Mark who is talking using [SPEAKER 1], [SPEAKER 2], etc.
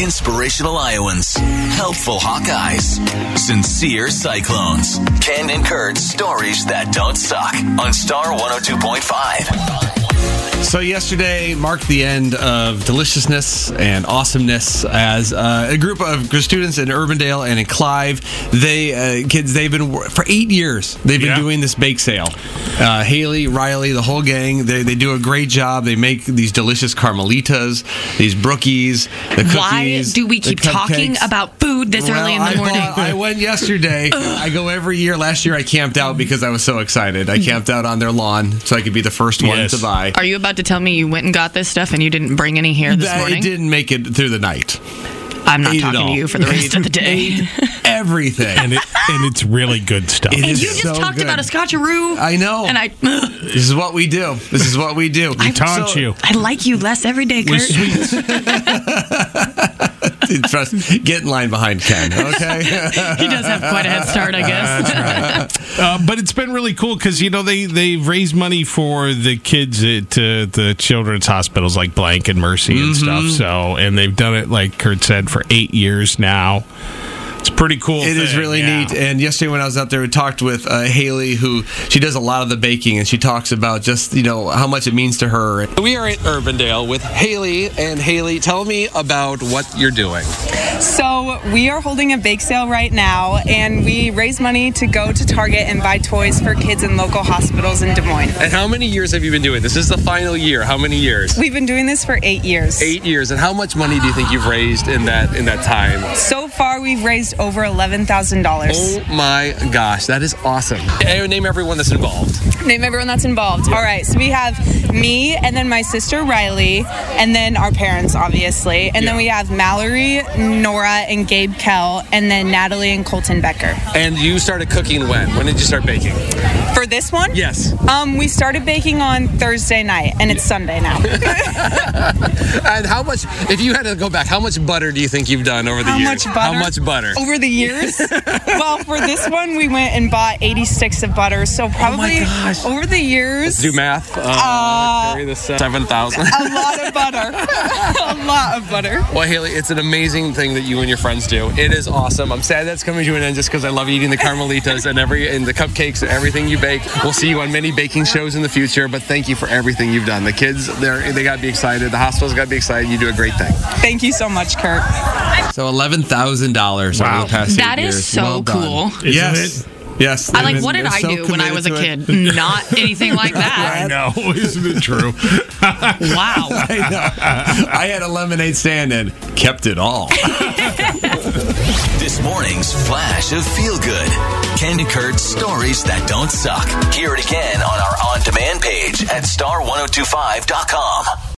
[SPEAKER 1] Inspirational Iowans. Helpful Hawkeyes. Sincere Cyclones. Ken and Kurt's stories that don't suck on Star 102.5.
[SPEAKER 2] So yesterday marked the end of deliciousness and awesomeness as uh, a group of students in Urbandale and in Clive. They uh, kids, they've been for eight years. They've been
[SPEAKER 3] Yeah.
[SPEAKER 2] doing this bake sale. Uh, Haley, Riley, the whole gang. They, they do a great job. They make these delicious carmelitas, these brookies, the cookies.
[SPEAKER 4] Why do we
[SPEAKER 2] the
[SPEAKER 4] keep talking
[SPEAKER 2] cupcakes.
[SPEAKER 4] about food this
[SPEAKER 2] Well,
[SPEAKER 4] early in
[SPEAKER 2] I
[SPEAKER 4] the morning?
[SPEAKER 2] bought- I went yesterday. I go every year. Last year I camped out because I was so excited. I camped out on their lawn so I could be the first one
[SPEAKER 3] Yes.
[SPEAKER 2] to buy.
[SPEAKER 4] Are you about to tell me you went and got this stuff and you didn't bring any here this
[SPEAKER 2] that
[SPEAKER 4] morning?
[SPEAKER 2] It didn't make it through the night.
[SPEAKER 4] I'm not
[SPEAKER 2] Ate it
[SPEAKER 4] talking to
[SPEAKER 2] all.
[SPEAKER 4] you for the rest of the day.
[SPEAKER 2] Everything.
[SPEAKER 3] and it and it's really good stuff.
[SPEAKER 2] It
[SPEAKER 4] And
[SPEAKER 2] is
[SPEAKER 4] you just
[SPEAKER 2] so
[SPEAKER 4] talked
[SPEAKER 2] good.
[SPEAKER 4] about a scotcheroo.
[SPEAKER 2] I know.
[SPEAKER 4] And I,
[SPEAKER 2] this is what we do. This is what we do. We
[SPEAKER 3] taunt you.
[SPEAKER 4] I like you less every day, Kurt.
[SPEAKER 2] Trust. Get in line behind Ken. Okay.
[SPEAKER 4] he does have quite a head start, I guess.
[SPEAKER 3] Uh, but it's been really cool because you know they they raise money for the kids at uh, the children's hospitals like Blank and Mercy and
[SPEAKER 2] Mm-hmm.
[SPEAKER 3] stuff. So and they've done it like Kurt said for eight years now. It's a pretty cool.
[SPEAKER 2] It is
[SPEAKER 3] thing,
[SPEAKER 2] really
[SPEAKER 3] yeah.
[SPEAKER 2] neat. And yesterday when I was out there, we talked with uh, Haley, who she does a lot of the baking, and she talks about just you know how much it means to her. We are in Urbandale with Haley, and Haley, tell me about what you're doing.
[SPEAKER 5] So we are holding a bake sale right now, and we raise money to go to Target and buy toys for kids in local hospitals in Des Moines.
[SPEAKER 6] And how many years have you been doing this? This is the final year. How many years?
[SPEAKER 5] We've been doing this for eight years.
[SPEAKER 6] Eight years. And how much money do you think you've raised in that in that time?
[SPEAKER 5] So far, we've raised over eleven thousand dollars.
[SPEAKER 6] Oh my gosh, that is awesome. And name everyone that's involved.
[SPEAKER 5] Name everyone that's involved. All right, so we have me, and then my sister Riley, and then our parents, obviously, and then
[SPEAKER 6] Yeah.
[SPEAKER 5] we have Mallory, Nora, and Gabe Kell, and then Natalie and Colton Becker.
[SPEAKER 6] And you started cooking when? When did you start baking?
[SPEAKER 5] For this one,
[SPEAKER 6] Yes.
[SPEAKER 5] Um, we started baking on Thursday night, and it's Sunday now.
[SPEAKER 6] And how much if you had to go back, how much butter do you think you've done over the
[SPEAKER 5] How
[SPEAKER 6] years?
[SPEAKER 5] much butter?
[SPEAKER 6] How much butter?
[SPEAKER 5] over the years. well, for this one, we went and bought 80 sticks of butter. So probably
[SPEAKER 6] Oh gosh.
[SPEAKER 5] over the years,
[SPEAKER 6] Do math. Uh, carry this seven thousand.
[SPEAKER 5] a lot of butter. a lot of butter.
[SPEAKER 6] Well, Haley, it's an amazing thing that you and your friends do. It is awesome. I'm sad that's coming to an end just because I love eating the carmelitas and every and the cupcakes and everything you bake. We'll see you on many baking shows in the future, but thank you for everything you've done. The kids, they're, they got to be excited. The hospitals got to be excited. You do a great thing.
[SPEAKER 5] Thank you so much, Kurt.
[SPEAKER 2] So eleven thousand dollars over
[SPEAKER 3] Wow.
[SPEAKER 2] the past.
[SPEAKER 4] That
[SPEAKER 2] eight
[SPEAKER 4] is
[SPEAKER 2] years.
[SPEAKER 4] so
[SPEAKER 2] Well done.
[SPEAKER 4] cool.
[SPEAKER 3] Isn't
[SPEAKER 2] yes.
[SPEAKER 3] it?
[SPEAKER 2] Yes.
[SPEAKER 4] I like,
[SPEAKER 2] They've
[SPEAKER 4] what
[SPEAKER 2] been-
[SPEAKER 4] did I
[SPEAKER 2] they're so
[SPEAKER 4] do when I was a
[SPEAKER 2] committed
[SPEAKER 4] kid? Not anything like
[SPEAKER 3] I
[SPEAKER 4] that.
[SPEAKER 3] know, isn't it true?
[SPEAKER 4] Wow.
[SPEAKER 2] to it. I know. I had a lemonade stand and kept it all.
[SPEAKER 1] This morning's flash of feel good. Ken and Kurt's stories oh that don't suck. Hear it again on our on demand page at star1025.com.